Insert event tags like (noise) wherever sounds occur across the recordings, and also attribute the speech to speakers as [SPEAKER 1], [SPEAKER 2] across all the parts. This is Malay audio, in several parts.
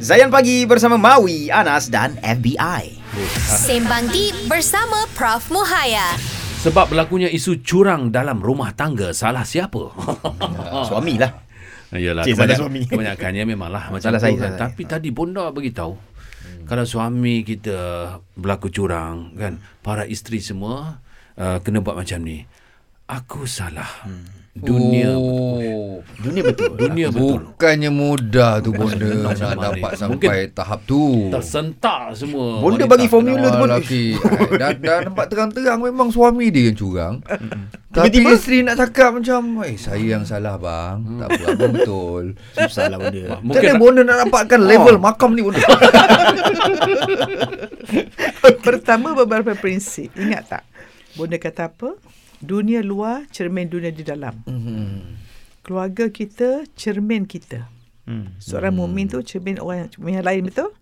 [SPEAKER 1] Zayan Pagi bersama Maui, Anas dan FBI.
[SPEAKER 2] Sembang Deep bersama Prof Muhaya.
[SPEAKER 3] Sebab berlakunya isu curang dalam rumah tangga salah
[SPEAKER 1] (laughs)
[SPEAKER 3] siapa?
[SPEAKER 4] Ah.
[SPEAKER 1] Suami lah.
[SPEAKER 3] Yalah,
[SPEAKER 1] Cik, salah suami.
[SPEAKER 3] kebanyakannya memanglah macam
[SPEAKER 1] Salah
[SPEAKER 3] tu
[SPEAKER 1] saya,
[SPEAKER 3] kan.
[SPEAKER 1] salah saya. Ah.
[SPEAKER 3] Tapi tadi Bonda beritahu hmm. kalau suami kita berlaku curang kan, para isteri semua uh, kena buat macam ni. Aku salah. Hmm. Dunia oh.
[SPEAKER 4] oh.
[SPEAKER 1] Dunia betul.
[SPEAKER 3] dunia betul.
[SPEAKER 4] Bukannya mudah tu bonda nak
[SPEAKER 3] Macam mana
[SPEAKER 4] dapat
[SPEAKER 3] ni?
[SPEAKER 4] sampai tahap tu.
[SPEAKER 3] Tersentak semua.
[SPEAKER 1] Bonda
[SPEAKER 3] wanita.
[SPEAKER 1] bagi formula tu
[SPEAKER 4] Wah,
[SPEAKER 1] pun.
[SPEAKER 4] lelaki. Ai, dah, dah nampak terang-terang memang suami dia yang
[SPEAKER 1] (laughs)
[SPEAKER 4] curang. Tapi
[SPEAKER 1] Tiba-tiba- Mm.
[SPEAKER 4] isteri nak cakap macam, "Eh, saya yang salah bang." Tak apa, abang
[SPEAKER 1] (laughs)
[SPEAKER 4] betul.
[SPEAKER 1] Susah lah benda.
[SPEAKER 4] Macam
[SPEAKER 3] Mungkin
[SPEAKER 4] mana bonda nak dapatkan
[SPEAKER 1] Oh.
[SPEAKER 4] level makam ni
[SPEAKER 1] (laughs)
[SPEAKER 4] bonda?
[SPEAKER 5] Pertama beberapa prinsip. Ingat tak? Bonda kata apa? Dunia luar cermin dunia di dalam.
[SPEAKER 4] Mm-hmm.
[SPEAKER 5] Keluarga kita cermin kita.
[SPEAKER 4] Mm-hmm.
[SPEAKER 5] Seorang mukmin tu cermin orang yang- yang lain betul?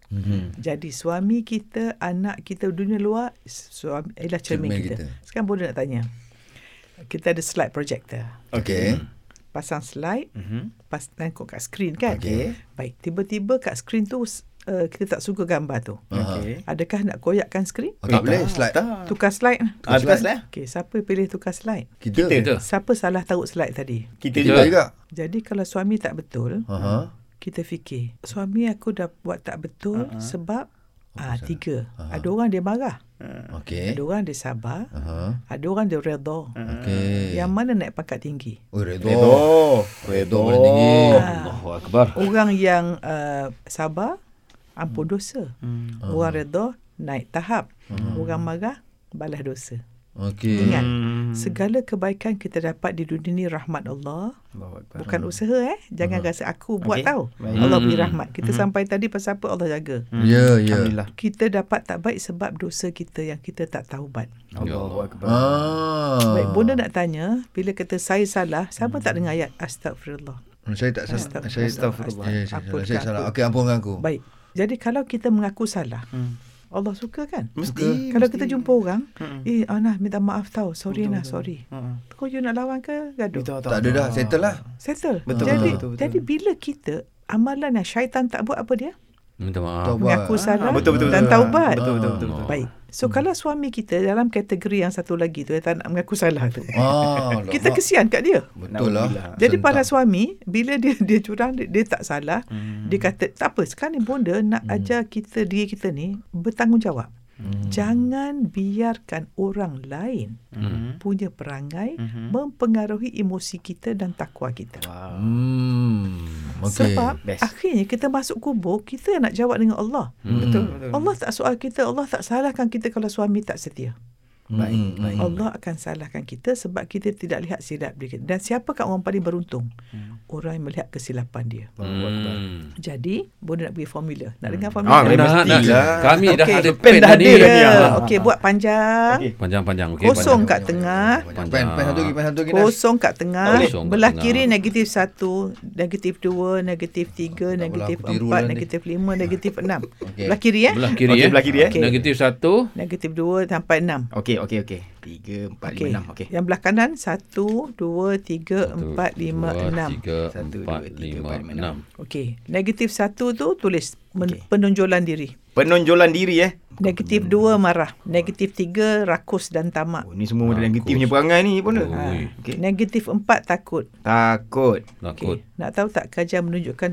[SPEAKER 5] Jadi suami kita, anak kita dunia luar suami ialah cermin,
[SPEAKER 4] Cermin
[SPEAKER 5] kita.
[SPEAKER 4] kita.
[SPEAKER 5] Sekarang bonda nak tanya. Kita ada slide projector.
[SPEAKER 1] Mm.
[SPEAKER 4] Okey.
[SPEAKER 5] Pasang slide, pas tengok kat skrin kan?
[SPEAKER 4] Mm-hmm. Okey.
[SPEAKER 5] Baik, tiba-tiba kat skrin tu uh, kita tak suka gambar tu.
[SPEAKER 1] Okay.
[SPEAKER 5] Adakah nak koyakkan skrin?
[SPEAKER 1] Eh,
[SPEAKER 4] Oh, tak boleh slide.
[SPEAKER 5] Tukar slide.
[SPEAKER 1] Ah, tukar slide.
[SPEAKER 5] Okey, siapa pilih tukar slide?
[SPEAKER 4] Kita.
[SPEAKER 3] kita.
[SPEAKER 5] Siapa salah taruh slide tadi?
[SPEAKER 1] Kita
[SPEAKER 4] Kita juga.
[SPEAKER 5] Jadi kalau suami tak betul,
[SPEAKER 4] Aha.
[SPEAKER 5] kita fikir, suami aku dah buat tak betul
[SPEAKER 1] ah.
[SPEAKER 5] uh-huh. sebab ah tiga. Uh-huh. Ada orang dia marah,
[SPEAKER 1] Eh.
[SPEAKER 4] Okey.
[SPEAKER 5] ada orang dia sabar,
[SPEAKER 1] Ah.
[SPEAKER 4] Aha.
[SPEAKER 5] ada orang dia redha.
[SPEAKER 4] Okey.
[SPEAKER 5] Yang mana naik pangkat tinggi?
[SPEAKER 4] Oh, redha.
[SPEAKER 1] Mm. Redo.
[SPEAKER 4] Redha paling tinggi.
[SPEAKER 1] Ya.
[SPEAKER 3] Allahu akbar.
[SPEAKER 5] Orang yang uh, sabar
[SPEAKER 1] Hmm.
[SPEAKER 5] ampun dosa.
[SPEAKER 1] Ah.
[SPEAKER 5] Orang redha naik tahap.
[SPEAKER 1] Hmm.
[SPEAKER 5] Orang marah balas dosa.
[SPEAKER 4] Okey.
[SPEAKER 5] Ingat,
[SPEAKER 1] Hmm.
[SPEAKER 5] segala kebaikan kita dapat di dunia ni rahmat Allah. Bukan usaha eh. Jangan rasa aku buat
[SPEAKER 1] Okey.
[SPEAKER 5] tahu.
[SPEAKER 1] Baik. Hmm.
[SPEAKER 5] Allah beri rahmat. Kita sampai tadi pasal apa Allah jaga.
[SPEAKER 4] Ya,
[SPEAKER 1] Mm.
[SPEAKER 4] ya.
[SPEAKER 1] Alhamdulillah.
[SPEAKER 5] Kita dapat tak baik sebab dosa kita yang kita tak taubat.
[SPEAKER 4] Ya
[SPEAKER 1] Allahu akbar.
[SPEAKER 4] Ah.
[SPEAKER 5] Baik, Bunda nak tanya, bila kata saya salah, sama
[SPEAKER 1] Hmm.
[SPEAKER 5] tak dengan ayat astagfirullah.
[SPEAKER 4] Hmm, Saya tak salah.
[SPEAKER 5] Astagfirullah.
[SPEAKER 4] Saya Ya, saya
[SPEAKER 5] Astagfirullah.
[SPEAKER 4] salah.
[SPEAKER 5] Apa
[SPEAKER 4] Saya
[SPEAKER 5] ke
[SPEAKER 4] salah.
[SPEAKER 5] apa?
[SPEAKER 4] Okey, ampunkan aku.
[SPEAKER 5] Baik. Jadi kalau kita mengaku salah, Allah suka kan?
[SPEAKER 1] Hmm. Mesti. Hmm.
[SPEAKER 5] Kalau kita jumpa orang, eh Ana minta maaf tau. Sorry Ana, sorry. Kau you nak lawan ke gaduh?
[SPEAKER 4] Ah. Tak ada dah, settle lah.
[SPEAKER 5] Settle.
[SPEAKER 1] Betul,
[SPEAKER 5] jadi
[SPEAKER 1] betul, betul.
[SPEAKER 5] jadi bila kita amalan yang syaitan tak buat apa dia?
[SPEAKER 3] Minta maaf.
[SPEAKER 4] Taubat.
[SPEAKER 5] Mengaku salah
[SPEAKER 1] Ah, betul, betul,
[SPEAKER 5] dan
[SPEAKER 1] betul.
[SPEAKER 5] taubat.
[SPEAKER 1] Betul, betul, betul, betul.
[SPEAKER 5] Baik. So kalau suami kita dalam kategori yang satu lagi tu yang tak nak mengaku salah tu.
[SPEAKER 4] Ah,
[SPEAKER 5] (laughs) kita kesian kat dia.
[SPEAKER 4] Betul lah.
[SPEAKER 5] Jadi
[SPEAKER 4] Sentak.
[SPEAKER 5] para suami bila dia dia curang dia, dia tak salah, hmm. dia kata tak apa sekarang ni bonda nak hmm. ajar kita diri kita ni bertanggungjawab. Hmm. Jangan biarkan orang lain hmm. punya perangai hmm. mempengaruhi emosi kita dan takwa kita.
[SPEAKER 4] Hmm. Okey.
[SPEAKER 5] Sebab
[SPEAKER 1] Best.
[SPEAKER 5] akhirnya kita masuk kubur, kita nak jawab dengan Allah.
[SPEAKER 4] Hmm,
[SPEAKER 1] Betul, betul.
[SPEAKER 5] Allah tak soal kita, Allah tak salahkan kita kalau suami tak setia.
[SPEAKER 1] Baik,
[SPEAKER 4] Hmm,
[SPEAKER 1] baik.
[SPEAKER 4] hmm.
[SPEAKER 5] Allah akan salahkan kita sebab kita tidak lihat silap diri kita. Dan siapakah orang paling beruntung? Hmm. Orang yang melihat kesilapan dia.
[SPEAKER 3] Hmm.
[SPEAKER 5] Jadi, Bonda nak bagi formula. Nak dengar formula?
[SPEAKER 1] Ah, memang
[SPEAKER 3] Dah, dah.
[SPEAKER 1] mestilah.
[SPEAKER 3] Kami dah
[SPEAKER 5] Okey.
[SPEAKER 3] ada
[SPEAKER 1] Pen
[SPEAKER 3] pen
[SPEAKER 1] dah
[SPEAKER 3] dah
[SPEAKER 1] ada dah ni,
[SPEAKER 3] ni.
[SPEAKER 1] ah.
[SPEAKER 5] Ya, okey buat panjang.
[SPEAKER 1] Okey.
[SPEAKER 3] Panjang-panjang. Okey,
[SPEAKER 5] Kosong
[SPEAKER 3] panjang.
[SPEAKER 5] kat tengah.
[SPEAKER 4] Pen, pen satu lagi, pen satu lagi. Nas.
[SPEAKER 5] Kosong kat tengah,
[SPEAKER 3] Kosong kat
[SPEAKER 5] belah
[SPEAKER 3] tengah.
[SPEAKER 5] kiri negatif 1, negatif 2, negatif 3, negatif
[SPEAKER 4] aku tiru
[SPEAKER 5] 4,
[SPEAKER 4] lah ni.
[SPEAKER 5] negatif 5, negatif 6.
[SPEAKER 4] Okey.
[SPEAKER 5] Belah kiri eh?
[SPEAKER 3] Belah kiri
[SPEAKER 1] Okey,
[SPEAKER 3] eh.
[SPEAKER 1] belah kiri, eh.
[SPEAKER 5] Okey.
[SPEAKER 3] Negatif satu.
[SPEAKER 5] Negatif 2 sampai 6.
[SPEAKER 1] Okey, okey, okey. Tiga, empat,
[SPEAKER 5] Okey.
[SPEAKER 1] lima, enam. Okey. Ya.
[SPEAKER 5] Yang belah kanan 1 2 3 4 5 6.
[SPEAKER 3] 3,
[SPEAKER 1] Satu, dua, tiga,
[SPEAKER 3] 4,
[SPEAKER 1] empat,
[SPEAKER 3] 5,
[SPEAKER 1] lima, enam.
[SPEAKER 3] 6
[SPEAKER 5] Okey. Negatif 1 tu tulis men-
[SPEAKER 1] Okey.
[SPEAKER 5] penonjolan diri.
[SPEAKER 1] Penonjolan diri eh.
[SPEAKER 5] Negatif 2 marah. Negatif 3 rakus dan tamak.
[SPEAKER 1] Oh, ni semua benda negatifnya perangai ni pun.
[SPEAKER 3] Oh.
[SPEAKER 1] Ha.
[SPEAKER 3] Ui.
[SPEAKER 1] Okey.
[SPEAKER 5] Negatif 4 takut.
[SPEAKER 1] Takut.
[SPEAKER 3] Takut
[SPEAKER 5] Okay. Nak tahu tak kajian menunjukkan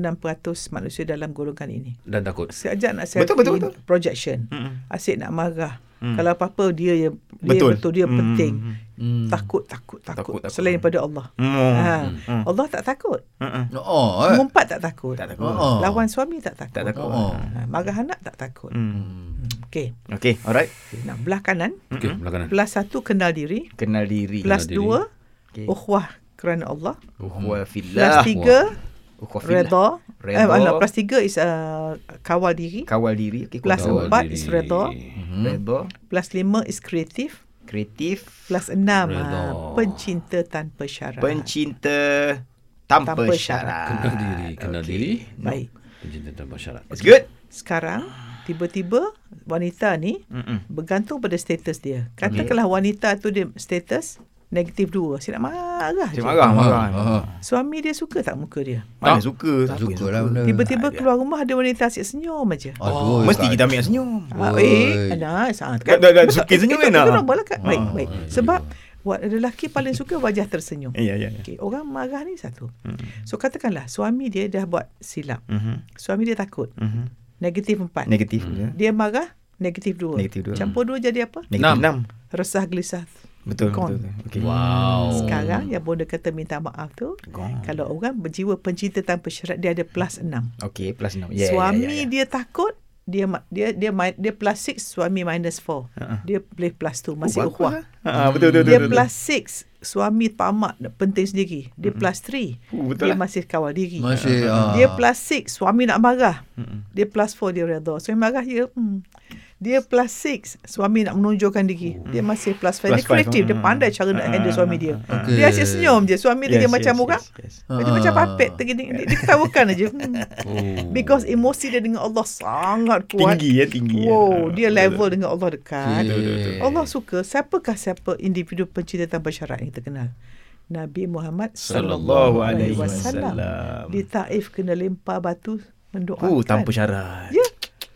[SPEAKER 5] 96% manusia dalam golongan ini.
[SPEAKER 3] dan takut
[SPEAKER 5] Sekejap nak
[SPEAKER 1] Betul, betul, betul.
[SPEAKER 5] projection. Mm-mm. Asyik nak marah. Mm. Kalau apa-apa dia yang dia
[SPEAKER 1] Betul.
[SPEAKER 5] betul, betul dia
[SPEAKER 1] Mm,
[SPEAKER 5] mm. penting.
[SPEAKER 4] Hmm.
[SPEAKER 5] Takut, takut, takut,
[SPEAKER 1] Takut, takut.
[SPEAKER 5] Selain daripada Allah.
[SPEAKER 1] Hmm.
[SPEAKER 5] Ha. Allah tak takut.
[SPEAKER 1] Mm-mm.
[SPEAKER 4] Oh, eh.
[SPEAKER 5] Mengumpat tak takut.
[SPEAKER 1] Tak takut.
[SPEAKER 4] Oh.
[SPEAKER 5] Lawan suami tak takut.
[SPEAKER 1] Tak takut.
[SPEAKER 4] Oh.
[SPEAKER 5] Ha. Marah anak tak takut.
[SPEAKER 1] Hmm.
[SPEAKER 5] Okey.
[SPEAKER 1] Okey, alright.
[SPEAKER 5] Nah, belah kanan.
[SPEAKER 3] okey belah kanan
[SPEAKER 5] Plus satu kenal diri.
[SPEAKER 1] Kenal diri.
[SPEAKER 5] Plus
[SPEAKER 3] diri.
[SPEAKER 5] dua
[SPEAKER 1] Okey.
[SPEAKER 5] ukhwah kerana Allah.
[SPEAKER 1] Uhwa
[SPEAKER 5] Plus
[SPEAKER 1] fillah.
[SPEAKER 5] tiga
[SPEAKER 1] Uhwa fillah.
[SPEAKER 5] Redha.
[SPEAKER 1] Redha.
[SPEAKER 5] Eh, alah, plus tiga is uh, kawal diri.
[SPEAKER 1] Kawal diri. Okey,
[SPEAKER 5] Plus
[SPEAKER 1] kawal.
[SPEAKER 3] Kawal
[SPEAKER 5] empat
[SPEAKER 3] diri.
[SPEAKER 5] is redha. Hmm.
[SPEAKER 1] Redha.
[SPEAKER 5] Plus lima is kreatif.
[SPEAKER 1] Kreatif.
[SPEAKER 5] Plus enam
[SPEAKER 3] Redha.
[SPEAKER 5] ah, pencinta tanpa syarat.
[SPEAKER 1] Pencinta tanpa,
[SPEAKER 5] Ah. Tanpa
[SPEAKER 1] syarat.
[SPEAKER 5] syarat.
[SPEAKER 3] kenal diri kenal
[SPEAKER 1] Okey.
[SPEAKER 3] diri
[SPEAKER 5] Baik.
[SPEAKER 3] pencinta tanpa syarat
[SPEAKER 1] It's good.
[SPEAKER 5] Sekarang tiba-tiba wanita ni
[SPEAKER 1] Mm-mm.
[SPEAKER 5] bergantung pada status dia. Katakanlah wanita tu dia status Negatif dua. Saya nak marah
[SPEAKER 1] Saya
[SPEAKER 5] je.
[SPEAKER 1] marah, marah.
[SPEAKER 3] Ah,
[SPEAKER 4] Ha.
[SPEAKER 5] Suami dia suka tak muka dia?
[SPEAKER 1] Mana suka. siapa
[SPEAKER 4] Tak
[SPEAKER 1] yang
[SPEAKER 4] suka lah benda.
[SPEAKER 5] Tiba-tiba
[SPEAKER 1] ya.
[SPEAKER 5] keluar rumah ada wanita asyik senyum
[SPEAKER 1] Oh,
[SPEAKER 5] aja.
[SPEAKER 4] Aduh,
[SPEAKER 1] Mesti
[SPEAKER 4] Kak.
[SPEAKER 1] kita ambil yang senyum.
[SPEAKER 5] Ah,
[SPEAKER 4] Oi.
[SPEAKER 5] eh, anak, sangat
[SPEAKER 1] Dah-
[SPEAKER 5] eh,
[SPEAKER 1] dah- dah suka senyum kan,
[SPEAKER 5] Itu
[SPEAKER 1] ah?
[SPEAKER 5] normal lah, Kak. Baik, baik. Sebab wa- lelaki paling suka wajah tersenyum.
[SPEAKER 1] Ya, ya, ya.
[SPEAKER 5] Okey, orang marah ni satu.
[SPEAKER 1] Hmm.
[SPEAKER 5] So katakanlah suami dia dah buat silap.
[SPEAKER 1] Mhm.
[SPEAKER 5] Suami dia takut.
[SPEAKER 1] Mhm.
[SPEAKER 5] Negatif empat.
[SPEAKER 1] Negatif.
[SPEAKER 3] Mm.
[SPEAKER 1] ya.
[SPEAKER 5] Dia marah, negatif dua.
[SPEAKER 1] Negatif dua.
[SPEAKER 5] Campur dua jadi apa?
[SPEAKER 1] Negatif
[SPEAKER 3] Enam.
[SPEAKER 1] enam.
[SPEAKER 5] Resah gelisah.
[SPEAKER 1] Betul, betul.
[SPEAKER 5] Gone.
[SPEAKER 1] betul. Okey.
[SPEAKER 3] Wow.
[SPEAKER 5] Sekarang yang bonda kata minta maaf
[SPEAKER 1] Oh.
[SPEAKER 5] tu,
[SPEAKER 1] Gone.
[SPEAKER 5] kalau orang berjiwa pencinta tanpa syarat dia ada plus enam.
[SPEAKER 1] Okey, plus enam. Ya, ya, ya,
[SPEAKER 5] Yeah, suami
[SPEAKER 1] ya,
[SPEAKER 5] yeah,
[SPEAKER 1] ya.
[SPEAKER 5] yeah, dia takut dia ma- dia dia mi- dia plus 6 suami minus 4. Uh-huh. Dia boleh plus 2 masih
[SPEAKER 1] Bagus
[SPEAKER 5] oh, ukhuwah.
[SPEAKER 1] lah. Ah, betul, betul, betul.
[SPEAKER 5] Dia
[SPEAKER 1] betul.
[SPEAKER 5] plus 6 suami tamak penting sendiri. Dia plus 3.
[SPEAKER 1] Uh, betul
[SPEAKER 5] dia
[SPEAKER 1] lah.
[SPEAKER 5] masih kawal diri.
[SPEAKER 4] Masih, ah.
[SPEAKER 5] Dia plus 6 suami nak marah. Dia plus 4 dia redha. Suami marah dia hmm. Dia plus 6 suami nak menonjolkan diri. Dia masih plus 5.
[SPEAKER 1] Oh. Plus
[SPEAKER 5] Dia kreatif,
[SPEAKER 1] five,
[SPEAKER 5] dia
[SPEAKER 1] ah.
[SPEAKER 5] pandai cara nak handle suami dia.
[SPEAKER 4] Okey.
[SPEAKER 5] Dia asyik senyum je. Suami dia
[SPEAKER 1] Yes,
[SPEAKER 5] macam
[SPEAKER 1] yes,
[SPEAKER 5] orang
[SPEAKER 1] yes, yes.
[SPEAKER 5] dia
[SPEAKER 4] Ah.
[SPEAKER 5] macam papet tergini. Dia, dia ketawakan aja. Hmm. Because emosi dia dengan Allah sangat kuat.
[SPEAKER 1] Oh. Tinggi ya, tinggi. ya.
[SPEAKER 5] Wow,
[SPEAKER 1] Ah,
[SPEAKER 5] dia
[SPEAKER 1] betul,
[SPEAKER 5] level
[SPEAKER 1] betul.
[SPEAKER 5] dengan Allah dekat.
[SPEAKER 4] Betul, betul, betul.
[SPEAKER 5] Allah suka siapakah siapa individu pencinta tanpa syarat yang terkenal? Nabi Muhammad
[SPEAKER 1] Sallallahu alaihi wasallam.
[SPEAKER 5] wasallam. Di Taif kena lempar batu mendoakan.
[SPEAKER 1] Oh, tanpa syarat.
[SPEAKER 5] Ya.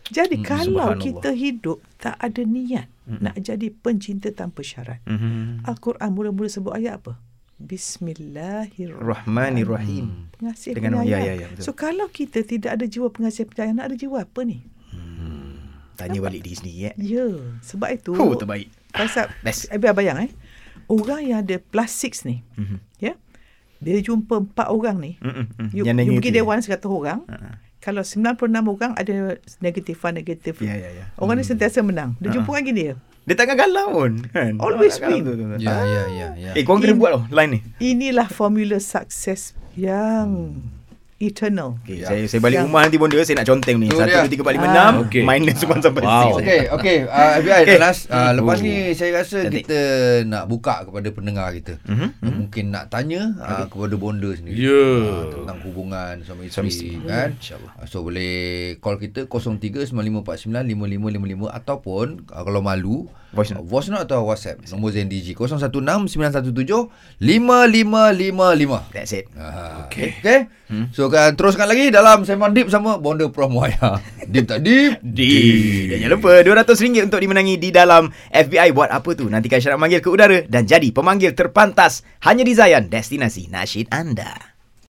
[SPEAKER 5] Jadi hmm, kalau
[SPEAKER 1] subhanallah.
[SPEAKER 5] kita hidup tak ada niat hmm. nak jadi pencinta tanpa syarat.
[SPEAKER 1] Mhm.
[SPEAKER 5] Al-Quran mula-mula sebut ayat apa? Bismillahirrahmanirrahim.
[SPEAKER 1] Rahmanirrahim.
[SPEAKER 5] pengasih
[SPEAKER 1] Dengan-
[SPEAKER 5] Dengan,
[SPEAKER 1] ya,
[SPEAKER 5] penyayang.
[SPEAKER 1] ya, ya, betul.
[SPEAKER 5] so kalau kita tidak ada jiwa pengasih penyayang, nak ada jiwa apa ni?
[SPEAKER 1] Tanya balik diri sendiri ya.
[SPEAKER 5] Ya, sebab itu
[SPEAKER 1] Oh, terbaik.
[SPEAKER 5] Pasal
[SPEAKER 1] Best.
[SPEAKER 5] Biar bayang eh. Orang yang ada plus six ni,
[SPEAKER 1] Mhm.
[SPEAKER 5] mm-hmm. ya. Bila jumpa empat orang ni,
[SPEAKER 1] Mm-mm.
[SPEAKER 5] you,
[SPEAKER 1] Mhm, Yang
[SPEAKER 5] you
[SPEAKER 1] negatif.
[SPEAKER 5] pergi dewan 100 orang,
[SPEAKER 1] Ha,
[SPEAKER 5] uh-huh. kalau 96 orang ada negatif one, negatif.
[SPEAKER 1] Ya, ya, Ha, ya.
[SPEAKER 5] Orang ni sentiasa menang. Dia jumpa orang gini ya.
[SPEAKER 1] Dia tak galau pun. Kan?
[SPEAKER 5] Always
[SPEAKER 1] Tak galau
[SPEAKER 5] win.
[SPEAKER 1] tu, tu, tu.
[SPEAKER 4] Ya, ya, ya, ya.
[SPEAKER 1] Eh, korang kena buat tau line ni.
[SPEAKER 5] Inilah formula sukses yang
[SPEAKER 1] Hmm.
[SPEAKER 5] eternal.
[SPEAKER 1] Okay,
[SPEAKER 4] Ya.
[SPEAKER 1] saya saya balik
[SPEAKER 5] Ya.
[SPEAKER 1] rumah nanti bonda saya nak conteng ni.
[SPEAKER 4] Tu
[SPEAKER 1] 1
[SPEAKER 4] dia.
[SPEAKER 1] 2 3 4 5 6
[SPEAKER 3] Okey.
[SPEAKER 1] minus 1 sampai 6.
[SPEAKER 3] Wow.
[SPEAKER 4] Okey, okey. Uh, FBI
[SPEAKER 1] Oh. Okey.
[SPEAKER 4] okay. last uh, lepas
[SPEAKER 3] Oh.
[SPEAKER 4] ni saya rasa
[SPEAKER 1] Cantik.
[SPEAKER 4] Cantik. kita nak buka kepada pendengar kita. Mm-hmm. Mungkin nak tanya uh, kepada bonda sendiri.
[SPEAKER 3] Ya.
[SPEAKER 4] Ah, tentang hubungan suami
[SPEAKER 1] Suami
[SPEAKER 4] isteri,
[SPEAKER 1] isteri.
[SPEAKER 4] kan.
[SPEAKER 1] Insyaallah.
[SPEAKER 4] Ah, So boleh call kita 0395495555 ataupun uh, kalau malu
[SPEAKER 1] Voice
[SPEAKER 4] voice
[SPEAKER 1] note.
[SPEAKER 4] note, voice note atau WhatsApp. Nombor ZNDG 0169175555.
[SPEAKER 1] That's it.
[SPEAKER 4] Ah, okay. okay. Hmm. So kan teruskan lagi dalam Sembang Deep sama Bonda Prof Muaya. Deep tak deep?
[SPEAKER 1] Di. Dan jangan lupa RM200 untuk dimenangi di dalam FBI buat apa tu. Nantikan syarat manggil ke udara dan jadi pemanggil terpantas hanya di Zayan, destinasi nasyid anda.